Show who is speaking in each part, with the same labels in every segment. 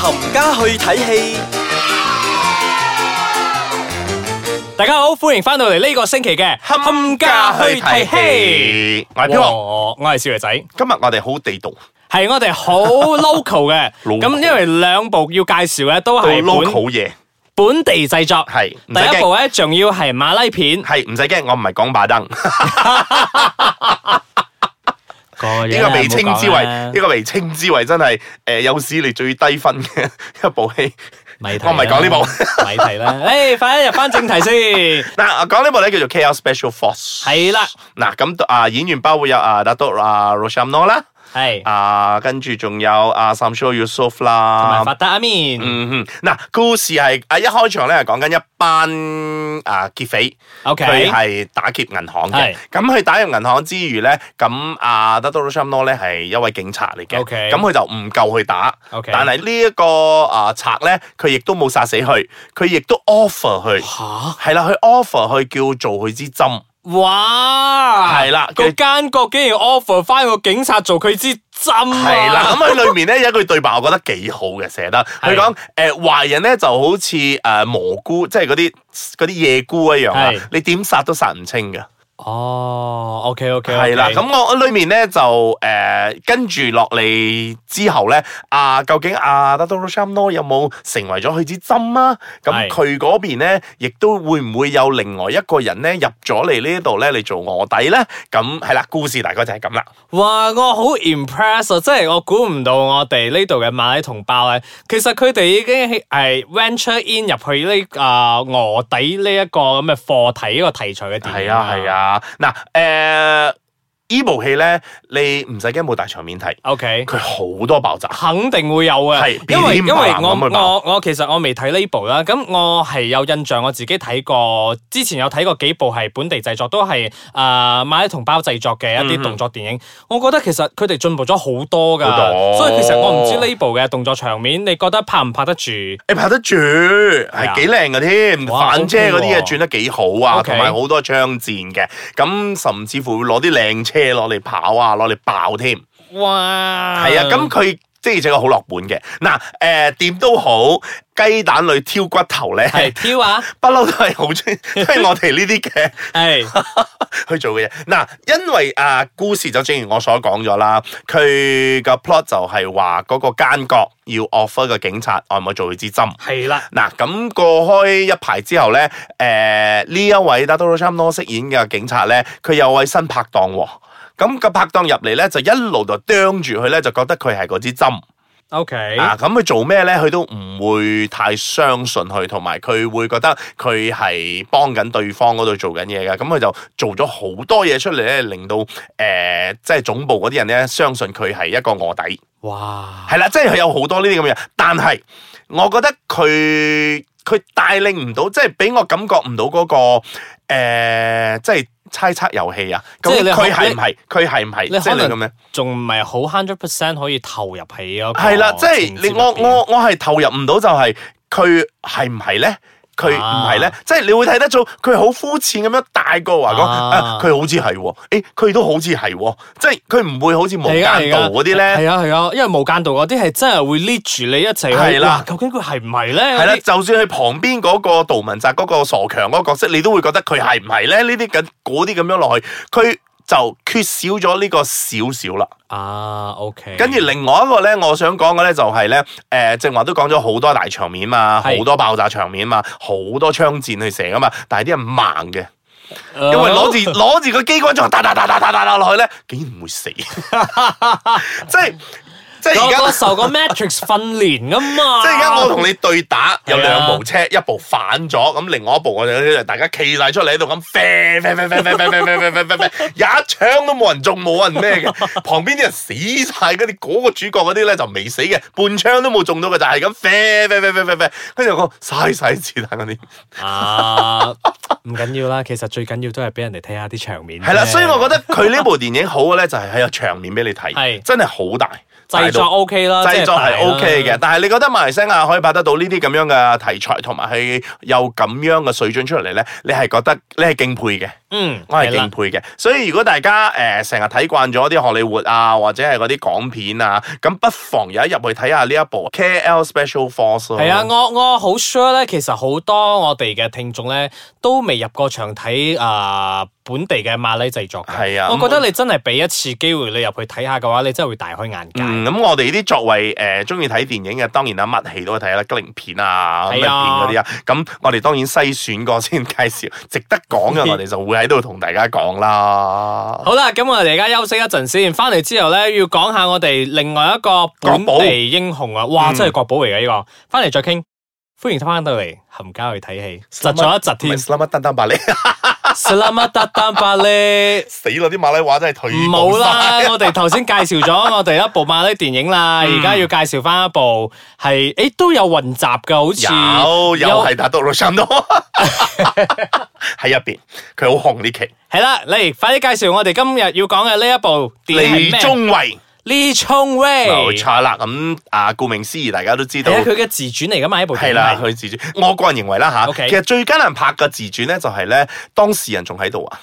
Speaker 1: 冚家去睇戲，
Speaker 2: 大家好，歡迎翻到嚟呢個星期嘅
Speaker 3: 冚我係飄紅，
Speaker 2: 我我係少爺仔，
Speaker 3: 今日我哋好地道，
Speaker 2: 係我哋 好 local 嘅。
Speaker 3: Local
Speaker 2: 咁因為兩部要介紹嘅都
Speaker 3: 做
Speaker 2: 係本
Speaker 3: local 嘢，
Speaker 2: 本地製作，
Speaker 3: 係唔使
Speaker 2: 第一部
Speaker 3: 驚，
Speaker 2: 咧仲要係馬拉片。
Speaker 3: 係唔使驚，我唔係講 把燈，呢
Speaker 2: 呢
Speaker 3: 個被稱之為呢個被稱之為真係誒有史嚟最低分嘅 一部戲。
Speaker 2: 咪提啦
Speaker 3: 我唔係講呢部，
Speaker 2: 咪提 啦。誒，快啲入翻正題先。
Speaker 3: 嗱，我講呢部咧叫做《KL Special Force》。
Speaker 2: 係啦，
Speaker 3: 嗱咁啊，演員包括有啊 Dato 啊 Roshamno 啦，
Speaker 2: 係同
Speaker 3: 啊跟住仲有啊 Samsul Yusof
Speaker 2: 埋
Speaker 3: 啦
Speaker 2: 法。達阿面。
Speaker 3: 嗯哼，嗱，故事係啊一開場咧係講緊一班啊劫匪。
Speaker 2: O K，
Speaker 3: 佢係打劫銀行
Speaker 2: 係
Speaker 3: 嘅。咁佢打入銀行之餘咧，咁阿 d a t o r s h a m n o 咧係一位警察嚟嘅。
Speaker 2: OK
Speaker 3: 咁佢就唔夠佢打。
Speaker 2: OK
Speaker 3: 但係呢一個啊賊咧，佢亦都冇殺死佢，佢亦都 offer 佢。
Speaker 2: 吓。
Speaker 3: 係啦，佢 offer 佢叫做佢支針，
Speaker 2: 哇！
Speaker 3: 係啦
Speaker 2: 啊個
Speaker 3: 佢
Speaker 2: 奸角竟然 offer 翻個警察做佢支針啊
Speaker 3: 係啦，咁佢裏面咧有一句對白，我覺得幾好嘅，寫得佢
Speaker 2: 係
Speaker 3: 講誒壞人咧就好似誒、呃蘑菇，即係嗰啲嗰啲夜菇一樣啊
Speaker 2: 係，
Speaker 3: 你點殺都殺唔清嘅。
Speaker 2: 哦，OK OK，
Speaker 3: 係啦，咁我裏面咧就誒跟住落嚟之後咧，啊究竟啊 d a t o r s h a m n o 有冇成為咗佢支針啊？咁
Speaker 2: 係
Speaker 3: 佢嗰邊咧，亦都會唔會有另外一個人咧入咗嚟呢度咧嚟做卧底咧？咁係啦，故事大概就係咁啦。
Speaker 2: 哇！我好 impress 啊，即係我估唔到我哋呢度嘅馬拉同胞咧，其實佢哋已經係 venture in 入去呢啊卧底呢一個咁嘅課題呢個題材嘅電影。
Speaker 3: 係啊，係。啊，嗱誒。呃呢部戲咧，你唔使驚冇大場面睇，
Speaker 2: OK，
Speaker 3: 佢好多爆炸，
Speaker 2: 肯定會有嘅
Speaker 3: 係，
Speaker 2: 因為
Speaker 3: 噼
Speaker 2: 因
Speaker 3: 里啪
Speaker 2: 為
Speaker 3: 啦
Speaker 2: 我
Speaker 3: 咁去爆
Speaker 2: 我我其實我未睇呢部啦，咁我係有印象，我自己睇過，之前有睇過幾部係本地製作，都係啊馬拉同胞製作嘅一啲動作電影，我覺得其實佢哋進步咗好多㗎
Speaker 3: 嗯好，多
Speaker 2: 所以其實我唔知呢部嘅動作場面，你覺得拍唔拍得住？
Speaker 3: 你拍得住，係幾靚嘅添，
Speaker 2: 哎哇
Speaker 3: 反車嗰啲
Speaker 2: OK
Speaker 3: 嘢
Speaker 2: 喎
Speaker 3: 轉得幾好啊，
Speaker 2: OK
Speaker 3: 同埋好多槍戰嘅，咁甚至乎會攞啲靚車落嚟跑啊，攞嚟爆添，
Speaker 2: 哇！
Speaker 3: 係啊，咁佢即係整個好落本嘅。嗱，誒點都好，雞蛋裏挑骨頭咧，
Speaker 2: 係挑啊，
Speaker 3: 不嬲都係好中意， 都係我哋呢啲嘅。
Speaker 2: 係
Speaker 3: 去做嘅嘢。嗱，因為啊故事就正如我所講咗啦，佢個 plot 就係話嗰個奸角要 offer 個警察按摩做佢支針。
Speaker 2: 係啦，
Speaker 3: 嗱，咁過開一排之後咧，誒、呢一位 d a t o r s h a m n o 飾演嘅警察咧，佢有位新拍檔喎。咁個拍檔入嚟咧，就一路就啄住佢咧，就覺得佢係嗰支針
Speaker 2: OK，
Speaker 3: 啊！咁佢做咩咧？佢都唔會太相信佢，同埋佢會覺得佢係幫緊對方嗰度做緊嘢嘅。咁佢就做咗好多嘢出嚟咧，令到誒、呃即係總部嗰啲人咧相信佢係一個卧底。
Speaker 2: 哇，
Speaker 3: 係啦，即係佢有好多呢啲咁嘅嘢，但係我覺得佢佢帶領唔到，即係俾我感覺唔到嗰、個誒、呃即係猜測遊戲啊。咁
Speaker 2: 即係你可
Speaker 3: 佢係唔係？佢係唔係？
Speaker 2: 你
Speaker 3: 即
Speaker 2: 可
Speaker 3: 係你咁
Speaker 2: 能哦
Speaker 3: 樣。
Speaker 2: 仲唔係好 hundred percent 可以投入起嗰個
Speaker 3: 係啦，即係
Speaker 2: 情
Speaker 3: 你
Speaker 2: 節
Speaker 3: 我
Speaker 2: 入邊
Speaker 3: 我我係投入唔到，就係佢係唔係咧？佢唔係咧
Speaker 2: 啊，
Speaker 3: 即係你會睇得到佢好膚淺咁樣大個話講，
Speaker 2: 啊
Speaker 3: 啊佢好似係喎，誒佢都好似係喎，即係佢唔會好似無間道嗰啲咧，
Speaker 2: 啊係啊係啊，因為無間道嗰啲係真係會 lead 住你一齊去。
Speaker 3: 係啦
Speaker 2: 哇究竟佢係唔係咧？
Speaker 3: 係啦，就算佢旁邊嗰個杜汶澤嗰個傻強嗰個角色，你都會覺得佢係唔係咧？呢啲咁嗰啲咁樣落去，佢就缺少咗呢個少少啦。
Speaker 2: 啊，OK。
Speaker 3: 跟住另外一個咧，我想講嘅咧就係、咧，誒、正話都講咗好多大場面嘛，好
Speaker 2: 係
Speaker 3: 多爆炸場面嘛，好多槍戰去射啊嘛，但係啲人盲嘅，
Speaker 2: 因
Speaker 3: 因為攞住攞住個機關槍，打打打打打打打落去咧，竟然唔會死，即係即係而
Speaker 2: 我我
Speaker 3: 家。
Speaker 2: 受過 Matrix 訓練噶嘛。
Speaker 3: 即係而家我同你對打，有
Speaker 2: 係啊
Speaker 3: 兩部車，一部反咗，咁另外一部我哋大家企晒出嚟喺度咁啡啡啡啡啡啡啡啡啡啡啡，一槍都冇人中，冇人咩嘅，旁邊啲人死晒，嗰啲嗰個主角嗰啲咧就未死嘅，半槍都冇中到嘅，就係咁啡啡啡啡啡啡，跟住我嘥晒子彈嗰啲，
Speaker 2: 啊，唔緊要啦，其實最緊要都係俾人哋睇下啲場面啫。
Speaker 3: 係啦，所以我覺得佢呢部電影好嘅咧，就係喺個場面俾你
Speaker 2: 係
Speaker 3: 睇，真係好大，
Speaker 2: 製作
Speaker 3: 大到
Speaker 2: OK 啦，
Speaker 3: 製作
Speaker 2: 啊即大
Speaker 3: 係
Speaker 2: 啦
Speaker 3: OK 嘅，。但係你覺得馬來西亞可以拍得到呢啲咁樣嘅題材，同埋係有咁樣嘅水準出嚟咧，你係覺得你係敬佩嘅，
Speaker 2: 嗯，
Speaker 3: 我係
Speaker 2: 係啦
Speaker 3: 敬佩嘅。所以如果大家誒成日睇慣咗啲荷里活啊，或者係嗰啲港片啊，咁不妨有一入去睇下呢一部 KL Special Force 咯。
Speaker 2: 係啊，我我好 sure 咧，其實好多我哋嘅聽眾咧都未入過場睇啊、本地嘅馬拉製作嘅。
Speaker 3: 係啊，
Speaker 2: 我覺得你真係俾一次機會你入去睇下嘅話，你真係會大開眼界。
Speaker 3: 嗯，咁我哋呢啲作為誒中意睇電影嘅，當然啦，乜戲都會睇啦，吉靈片啊、咩
Speaker 2: 係
Speaker 3: 片
Speaker 2: 啊
Speaker 3: 嗰啲啊。咁我哋當然篩選過先介紹，值得講嘅我哋就會喺度同大家講啦。
Speaker 2: 好啦，咁我哋而家休息一陣先，翻嚟之後咧要講下我哋另外一個本
Speaker 3: 國寶
Speaker 2: 地英雄啊！哇，
Speaker 3: 嗯
Speaker 2: 真係國寶嚟嘅呢個，翻嚟再傾。歡迎翻到嚟，冚家去睇 戲，窒咗一窒
Speaker 3: 唔係
Speaker 2: 添。
Speaker 3: ，Selamat Datang Balik
Speaker 2: ，Selamat datang balik。
Speaker 3: 死啦！啲馬拉話真係退步
Speaker 2: 冇啦
Speaker 3: 晒，
Speaker 2: 我哋頭先介紹咗我哋一部馬拉電影啦，
Speaker 3: 嗯
Speaker 2: 而家要介紹翻一部係誒都有混雜嘅，好似
Speaker 3: 有有係打到六 三多喺入邊，佢好紅呢期。
Speaker 2: 係啦，你快啲介紹我哋今日要講嘅呢一部電影
Speaker 3: 李
Speaker 2: 係咩？
Speaker 3: 宗偉
Speaker 2: 李宗偉
Speaker 3: 冇錯啦，咁啊顧名思義，大家都知道
Speaker 2: 係啊，佢嘅自傳嚟噶嘛？呢部電
Speaker 3: 係
Speaker 2: 影
Speaker 3: 啦，
Speaker 2: 係
Speaker 3: 佢自傳，我個人認為啦吓
Speaker 2: OK
Speaker 3: 其實最艱難拍嘅自傳咧，就係咧當事人仲喺度啊，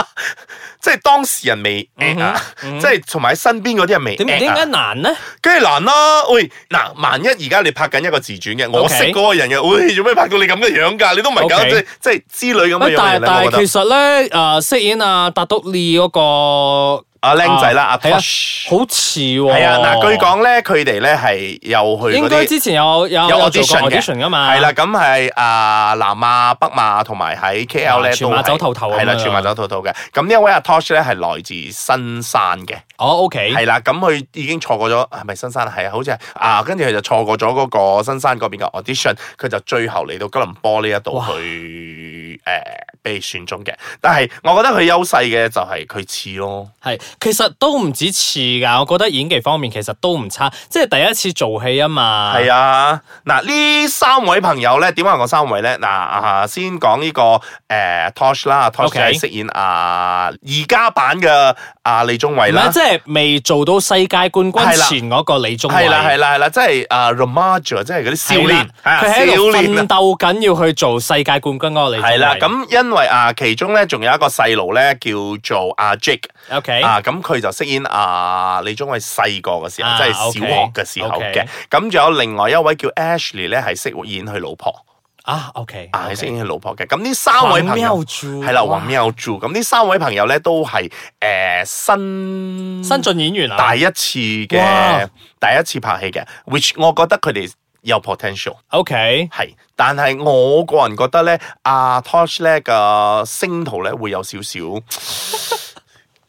Speaker 3: 即係當事人未
Speaker 2: 嗯
Speaker 3: act 啊，即係同埋身邊嗰啲人未
Speaker 2: 點
Speaker 3: act
Speaker 2: 點解
Speaker 3: 啊，
Speaker 2: 難呢？
Speaker 3: 梗係難啦。喂，嗱，萬一而家你拍緊一個自傳嘅，我
Speaker 2: OK
Speaker 3: 識嗰個人嘅，喂，做咩拍到你咁嘅樣㗎？你都唔係搞
Speaker 2: OK
Speaker 3: 即係即係之類咁啊嘅
Speaker 2: 喂，
Speaker 3: 樣嘅
Speaker 2: 但
Speaker 3: 人
Speaker 2: 係
Speaker 3: 咧，
Speaker 2: 但
Speaker 3: 我覺
Speaker 2: 係
Speaker 3: 得
Speaker 2: 其實咧，誒飾演啊達督利嗰個
Speaker 3: 阿僆仔啦，
Speaker 2: 啊
Speaker 3: 阿
Speaker 2: 係啊
Speaker 3: Tosh
Speaker 2: 好似喎，
Speaker 3: 係啊，嗱，據講咧，佢哋咧係又去
Speaker 2: 應
Speaker 3: 嗰
Speaker 2: 該
Speaker 3: 啲。
Speaker 2: 之前有有
Speaker 3: 有
Speaker 2: 有做過
Speaker 3: audition 嘅
Speaker 2: audition 噶嘛？
Speaker 3: 係啦，咁係啊南亞、北亞同埋喺 KL 咧
Speaker 2: 啊全
Speaker 3: 都
Speaker 2: 馬
Speaker 3: 係
Speaker 2: 走透透咁樣
Speaker 3: 係啦，全馬走透透嘅。咁呢一位阿 Tosh 咧係來自新山嘅，
Speaker 2: 哦，OK，
Speaker 3: 係啦，咁佢已經錯過咗，係咪新山啊？係啊，好似係啊，跟住佢就錯過咗嗰個新山嗰邊嘅 audition，佢就最後嚟到吉隆坡呢一度
Speaker 2: 哇
Speaker 3: 去誒被選中嘅。但係我覺得佢優勢嘅就係佢似咯，
Speaker 2: 係，其實都唔止似㗎，我覺得演技方面其實都唔差，即係第一次做戲啊嘛。
Speaker 3: 係啊，嗱呢三位朋友咧，點解我三位咧？嗱啊，先講呢、個誒、Tosh 啦，Tosh
Speaker 2: OK
Speaker 3: 係飾演啊而家版嘅啊李宗偉
Speaker 2: 唔係
Speaker 3: 啦
Speaker 2: 即。係未做到世界冠
Speaker 3: 係啦
Speaker 2: 軍前嗰個李宗偉。
Speaker 3: 係啦係啦係啦，即係啊 r o m a g e 即係嗰啲少
Speaker 2: 係啦
Speaker 3: 年，啊
Speaker 2: 佢喺度
Speaker 3: 少年啊
Speaker 2: 奮鬥緊，要去做世界冠軍嗰個李宗偉。
Speaker 3: 係啦。咁因為啊，其中咧仲有一個細路咧叫做阿 Jake
Speaker 2: OK，
Speaker 3: 啊，咁佢就飾演啊李宗偉細個嘅時候，
Speaker 2: 啊
Speaker 3: 即係小學嘅時候嘅
Speaker 2: OK，OK。
Speaker 3: 咁仲有另外一位叫 Ashley 咧，係飾演佢老婆
Speaker 2: 啊 OK，
Speaker 3: 啊，係飾演佢老婆嘅。咁呢三位朋友。
Speaker 2: 住
Speaker 3: 係啦，黃喵住咁呢三位朋友咧都係誒、呃新
Speaker 2: 新晉演員啊
Speaker 3: 第一次嘅
Speaker 2: 哇
Speaker 3: 第一次拍戲嘅，which 我覺得佢哋有 potential
Speaker 2: ，OK，
Speaker 3: 係，但係我個人覺得咧，阿、Tosh 咧嘅星途咧會有少 少。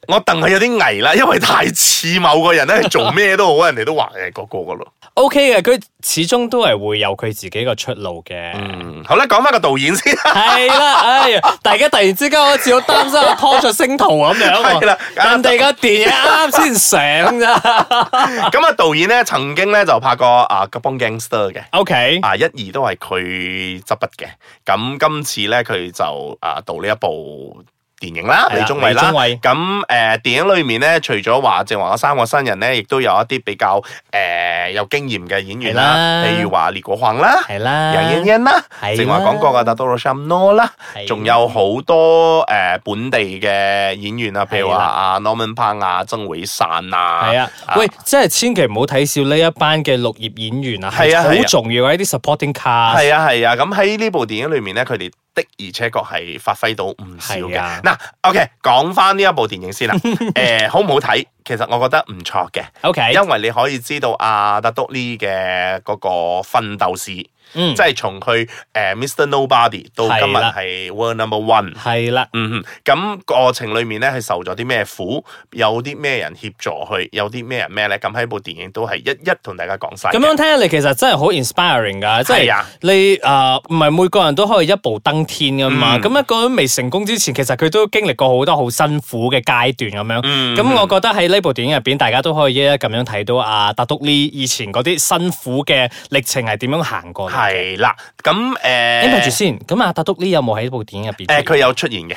Speaker 3: 我戥佢有啲危啦，因為太似某個人咧，做咩都好，人哋都話誒嗰個噶咯。
Speaker 2: OK 嘅，佢始終都係會有佢自己個出路嘅。
Speaker 3: 嗯，好啦，講翻個導演先。
Speaker 2: 係啦，哎 呀，大家突然之間好似好擔心我拖著星途咁樣喎。
Speaker 3: 係啦
Speaker 2: 人哋個電影啱先上 咋。
Speaker 3: 咁啊，導演咧曾經咧就拍過啊《吉邦 Gangster》嘅。
Speaker 2: O K，
Speaker 3: 啊，一二都係佢執筆嘅。咁今次咧，佢就啊導呢一部電影啦，
Speaker 2: 係啦
Speaker 3: 李宗偉啦。
Speaker 2: 李宗偉
Speaker 3: 咁誒、呃、電影裏面咧，除咗話正話嗰三個新人咧，亦都有一啲比較誒、呃有經驗嘅演員
Speaker 2: 係
Speaker 3: 啦，
Speaker 2: 啦
Speaker 3: 譬如話列國宏啦。
Speaker 2: 係啦，
Speaker 3: 楊欣欣啦，
Speaker 2: 係
Speaker 3: 正話
Speaker 2: 啦
Speaker 3: 講過嘅達多羅什諾啦
Speaker 2: 係，
Speaker 3: 仲有好多誒、呃本地嘅演員啊，譬如話
Speaker 2: 係啦
Speaker 3: 阿 Norman Pang 啊、曾偉散啊，
Speaker 2: 係啊，喂，真係千祈唔好睇少呢一班嘅綠葉演員啊，
Speaker 3: 係
Speaker 2: 係
Speaker 3: 啊係
Speaker 2: 好
Speaker 3: 啊
Speaker 2: 重要嘅一啲 supporting cast。
Speaker 3: 係啊係啊，咁喺呢部電影裏面咧，佢哋的而且確係發揮到唔少
Speaker 2: 係啊
Speaker 3: 嘅。嗱，OK，講翻呢一部電 影先啦。誒，好唔好睇？其實我覺得唔錯嘅，
Speaker 2: O K，
Speaker 3: 因為你可以知道阿達督呢嘅嗰個奮鬥史，
Speaker 2: 嗯
Speaker 3: 即，係從佢誒 Mr Nobody 到今日
Speaker 2: 係啦
Speaker 3: 係 World Number One。
Speaker 2: 係啦，
Speaker 3: 嗯哼，咁過程裏面咧，係受咗啲咩苦，有啲咩人協助佢，有啲咩人咩咧？咁喺部電影都係一一同大家講晒嘅。
Speaker 2: 咁樣聽你其實真係好 inspiring 㗎，即
Speaker 3: 係
Speaker 2: 係
Speaker 3: 啊
Speaker 2: 你誒唔係每個人都可以一步登天㗎嘛。
Speaker 3: 嗯
Speaker 2: 咁一個人未成功之前，其實佢都經歷過好多好辛苦嘅階段咁樣。
Speaker 3: 嗯，
Speaker 2: 咁我覺得喺呢部電影入邊，大家都可以一一咁樣睇到阿達督呢以前嗰啲辛苦嘅歷程係點樣行過嚟嘅。
Speaker 3: 係啦，咁誒，
Speaker 2: 誒，咪住先，咁啊阿達督呢有冇喺部電影入邊？
Speaker 3: 誒，佢有出現嘅，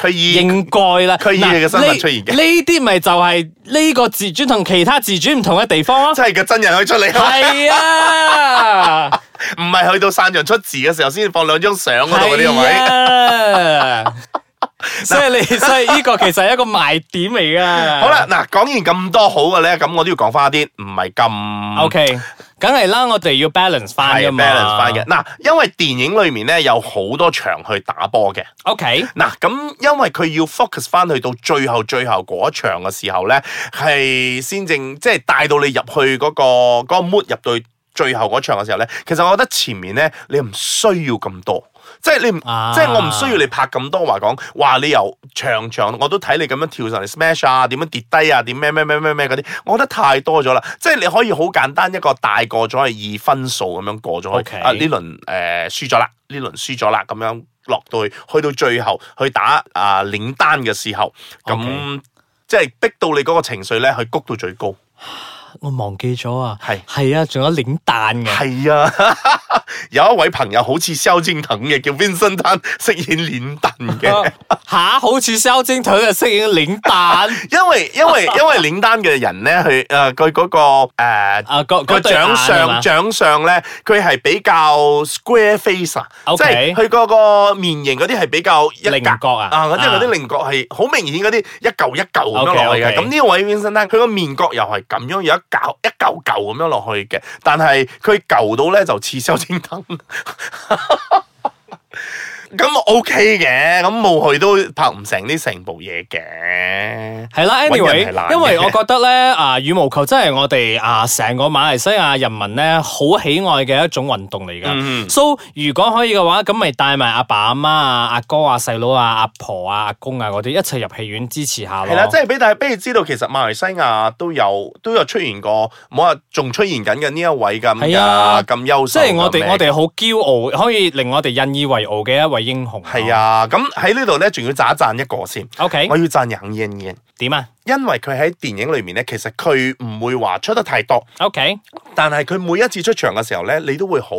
Speaker 3: 佢以
Speaker 2: 應該啦，
Speaker 3: 佢以
Speaker 2: 嗱
Speaker 3: 你嘅身份
Speaker 2: 呢
Speaker 3: 出現嘅
Speaker 2: 呢啲咪就係呢個自傳同其他自傳唔同嘅地方咯。
Speaker 3: 真係個真人可以出嚟，
Speaker 2: 係啊，
Speaker 3: 唔
Speaker 2: 啊
Speaker 3: 係去到散場出字嘅時候先放兩張相嗰度嗰啲係
Speaker 2: 係
Speaker 3: 咪？
Speaker 2: 啊，所以你所以呢個其實係一個賣點嚟噶。
Speaker 3: 好啦，嗱，講完咁多好嘅咧，咁我都要講翻啲唔係咁
Speaker 2: ，OK，梗係啦，我哋要 balance 翻
Speaker 3: 係
Speaker 2: 噶嘛
Speaker 3: balance 翻嘅。嗱，因為電影裏面咧有好多場去打波嘅。
Speaker 2: OK，
Speaker 3: 嗱，咁因為佢要 focus 翻去到最後最後嗰一場嘅時候咧，係先正即係帶到你入去嗰、個嗰、個 mood 入到最後嗰場嘅時候咧，其實我覺得前面咧你唔需要咁多。即係你唔，
Speaker 2: 啊
Speaker 3: 即係我唔需要你拍咁多話講，話你由場場我都睇你咁樣跳上嚟 smash 啊，點樣跌低啊，點咩咩咩咩咩嗰啲，我覺得太多咗啦。即係你可以好簡單一個大個咗係二分數咁樣過咗去
Speaker 2: OK
Speaker 3: 啊呢輪誒輸咗啦，呢輪輸咗啦，咁樣落到去，去到最後去打啊、領單嘅時候，咁
Speaker 2: OK
Speaker 3: 即係逼到你嗰個情緒咧，去谷到最高。
Speaker 2: 我忘記咗啊，
Speaker 3: 係
Speaker 2: 係啊，仲有領蛋嘅，
Speaker 3: 係啊， 有一位朋友好似蕭敬騰嘅，叫 Vincent Tan 飾演臉蛋嘅。
Speaker 2: 吓，好似蕭精腿就飾演領蛋
Speaker 3: 因為 因為因為領單嘅人咧，佢誒佢嗰個誒
Speaker 2: 啊，個
Speaker 3: 個
Speaker 2: 個對眼係
Speaker 3: 長
Speaker 2: 嘛
Speaker 3: 相長相咧，佢係比較 square face 啊
Speaker 2: OK
Speaker 3: 即係佢嗰個面型嗰啲係比較一格
Speaker 2: 菱角啊
Speaker 3: 啊，即係嗰
Speaker 2: 啊
Speaker 3: 啲菱角係好明顯嗰啲一嚿一嚿咁樣
Speaker 2: OK，
Speaker 3: 落去嘅。
Speaker 2: OK
Speaker 3: 咁呢位 Vincent 咧，佢個面角又係咁樣有一嚿一嚿嚿咁樣落去嘅，但係佢舊到咧就似蕭敬騰。 咁 OK 嘅，咁冇去都拍唔成呢成部嘢嘅。
Speaker 2: 係啦
Speaker 3: 搵人
Speaker 2: ，anyway，
Speaker 3: 係難嘅
Speaker 2: 因為我覺得咧，啊羽毛球真係我哋啊成個馬來西亞人民咧好喜愛嘅一種運動嚟噶。
Speaker 3: 嗯
Speaker 2: so 如果可以嘅話，咁咪帶埋阿爸阿媽啊、阿哥啊、細佬啊、阿婆啊、阿公啊嗰啲一齊入戲院支持下咯。
Speaker 3: 係啦，即係俾大家俾你知道，其實馬來西亞都有都有出現過，冇話仲出現緊嘅呢一位咁
Speaker 2: 係啊
Speaker 3: 嘅咁優秀
Speaker 2: 即
Speaker 3: 嘅
Speaker 2: 係我
Speaker 3: 名
Speaker 2: 哋我哋好驕傲，可以令我哋引以為傲嘅一位英雄。
Speaker 3: 係啊，咁喺呢度咧，仲要讚一讚一個先，
Speaker 2: ，OK，
Speaker 3: 我要讚楊燕燕，
Speaker 2: 點啊
Speaker 3: 因為佢喺電影裏面咧，其實佢唔會話出得太多，
Speaker 2: ？OK，
Speaker 3: 但係佢每一次出場嘅時候咧，你都會好，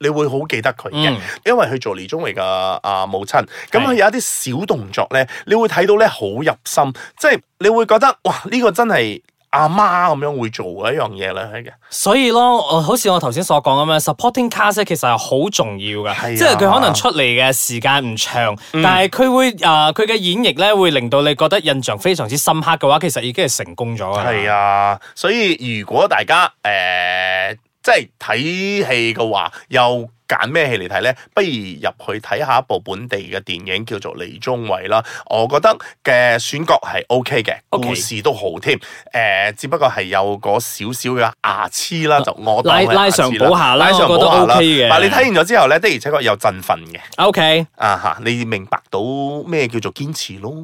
Speaker 3: 你會好記得佢嘅，
Speaker 2: 嗯
Speaker 3: 因為佢做李宗偉嘅啊母親，咁
Speaker 2: 係
Speaker 3: 佢有一啲小動作咧，你會睇到咧好入心，即係你會覺得哇，呢、個真係阿媽咁樣會做嘅一樣嘢啦，係嘅。
Speaker 2: 所以咯，我好似我頭先所講咁樣，supporting cast 咧其實係好重要㗎，
Speaker 3: 係啊嗯
Speaker 2: 即係佢可能出嚟嘅時間唔長，但係佢會啊佢嘅演繹咧會令到你覺得印象非常之深刻嘅話，其實已經係成功咗㗎啦。
Speaker 3: 係啊，所以如果大家誒、呃即係睇戲嘅話，又揀咩戲嚟睇呢？不如入去睇下一部本地嘅電影叫做《李宗偉》啦。我覺得嘅選角係 O K 嘅
Speaker 2: OK
Speaker 3: 故事都好添。誒、只不過係有嗰少少 嘅牙黐啦，就我當
Speaker 2: 拉
Speaker 3: 係牙
Speaker 2: 拉上
Speaker 3: 齒啦
Speaker 2: 補下啦
Speaker 3: 拉上
Speaker 2: 我覺得
Speaker 3: 補下啦
Speaker 2: OK 嘅
Speaker 3: 但你睇完咗之後呢，的而且確有振奮嘅
Speaker 2: OK，
Speaker 3: 啊嚇，你明白到咩叫做堅持咯。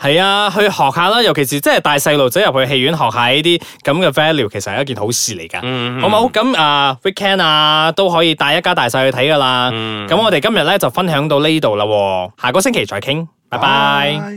Speaker 2: 係啊，去學下啦，尤其是即係帶細路仔入去戲院學下呢啲咁嘅 value，其實係一件好事嚟㗎。
Speaker 3: 嗯
Speaker 2: 好冇？咁啊，weekend 啊都可以帶一家大細去睇㗎啦。咁、
Speaker 3: 嗯
Speaker 2: 我哋今日咧就分享到呢度啦喎，下個星期再傾，拜拜。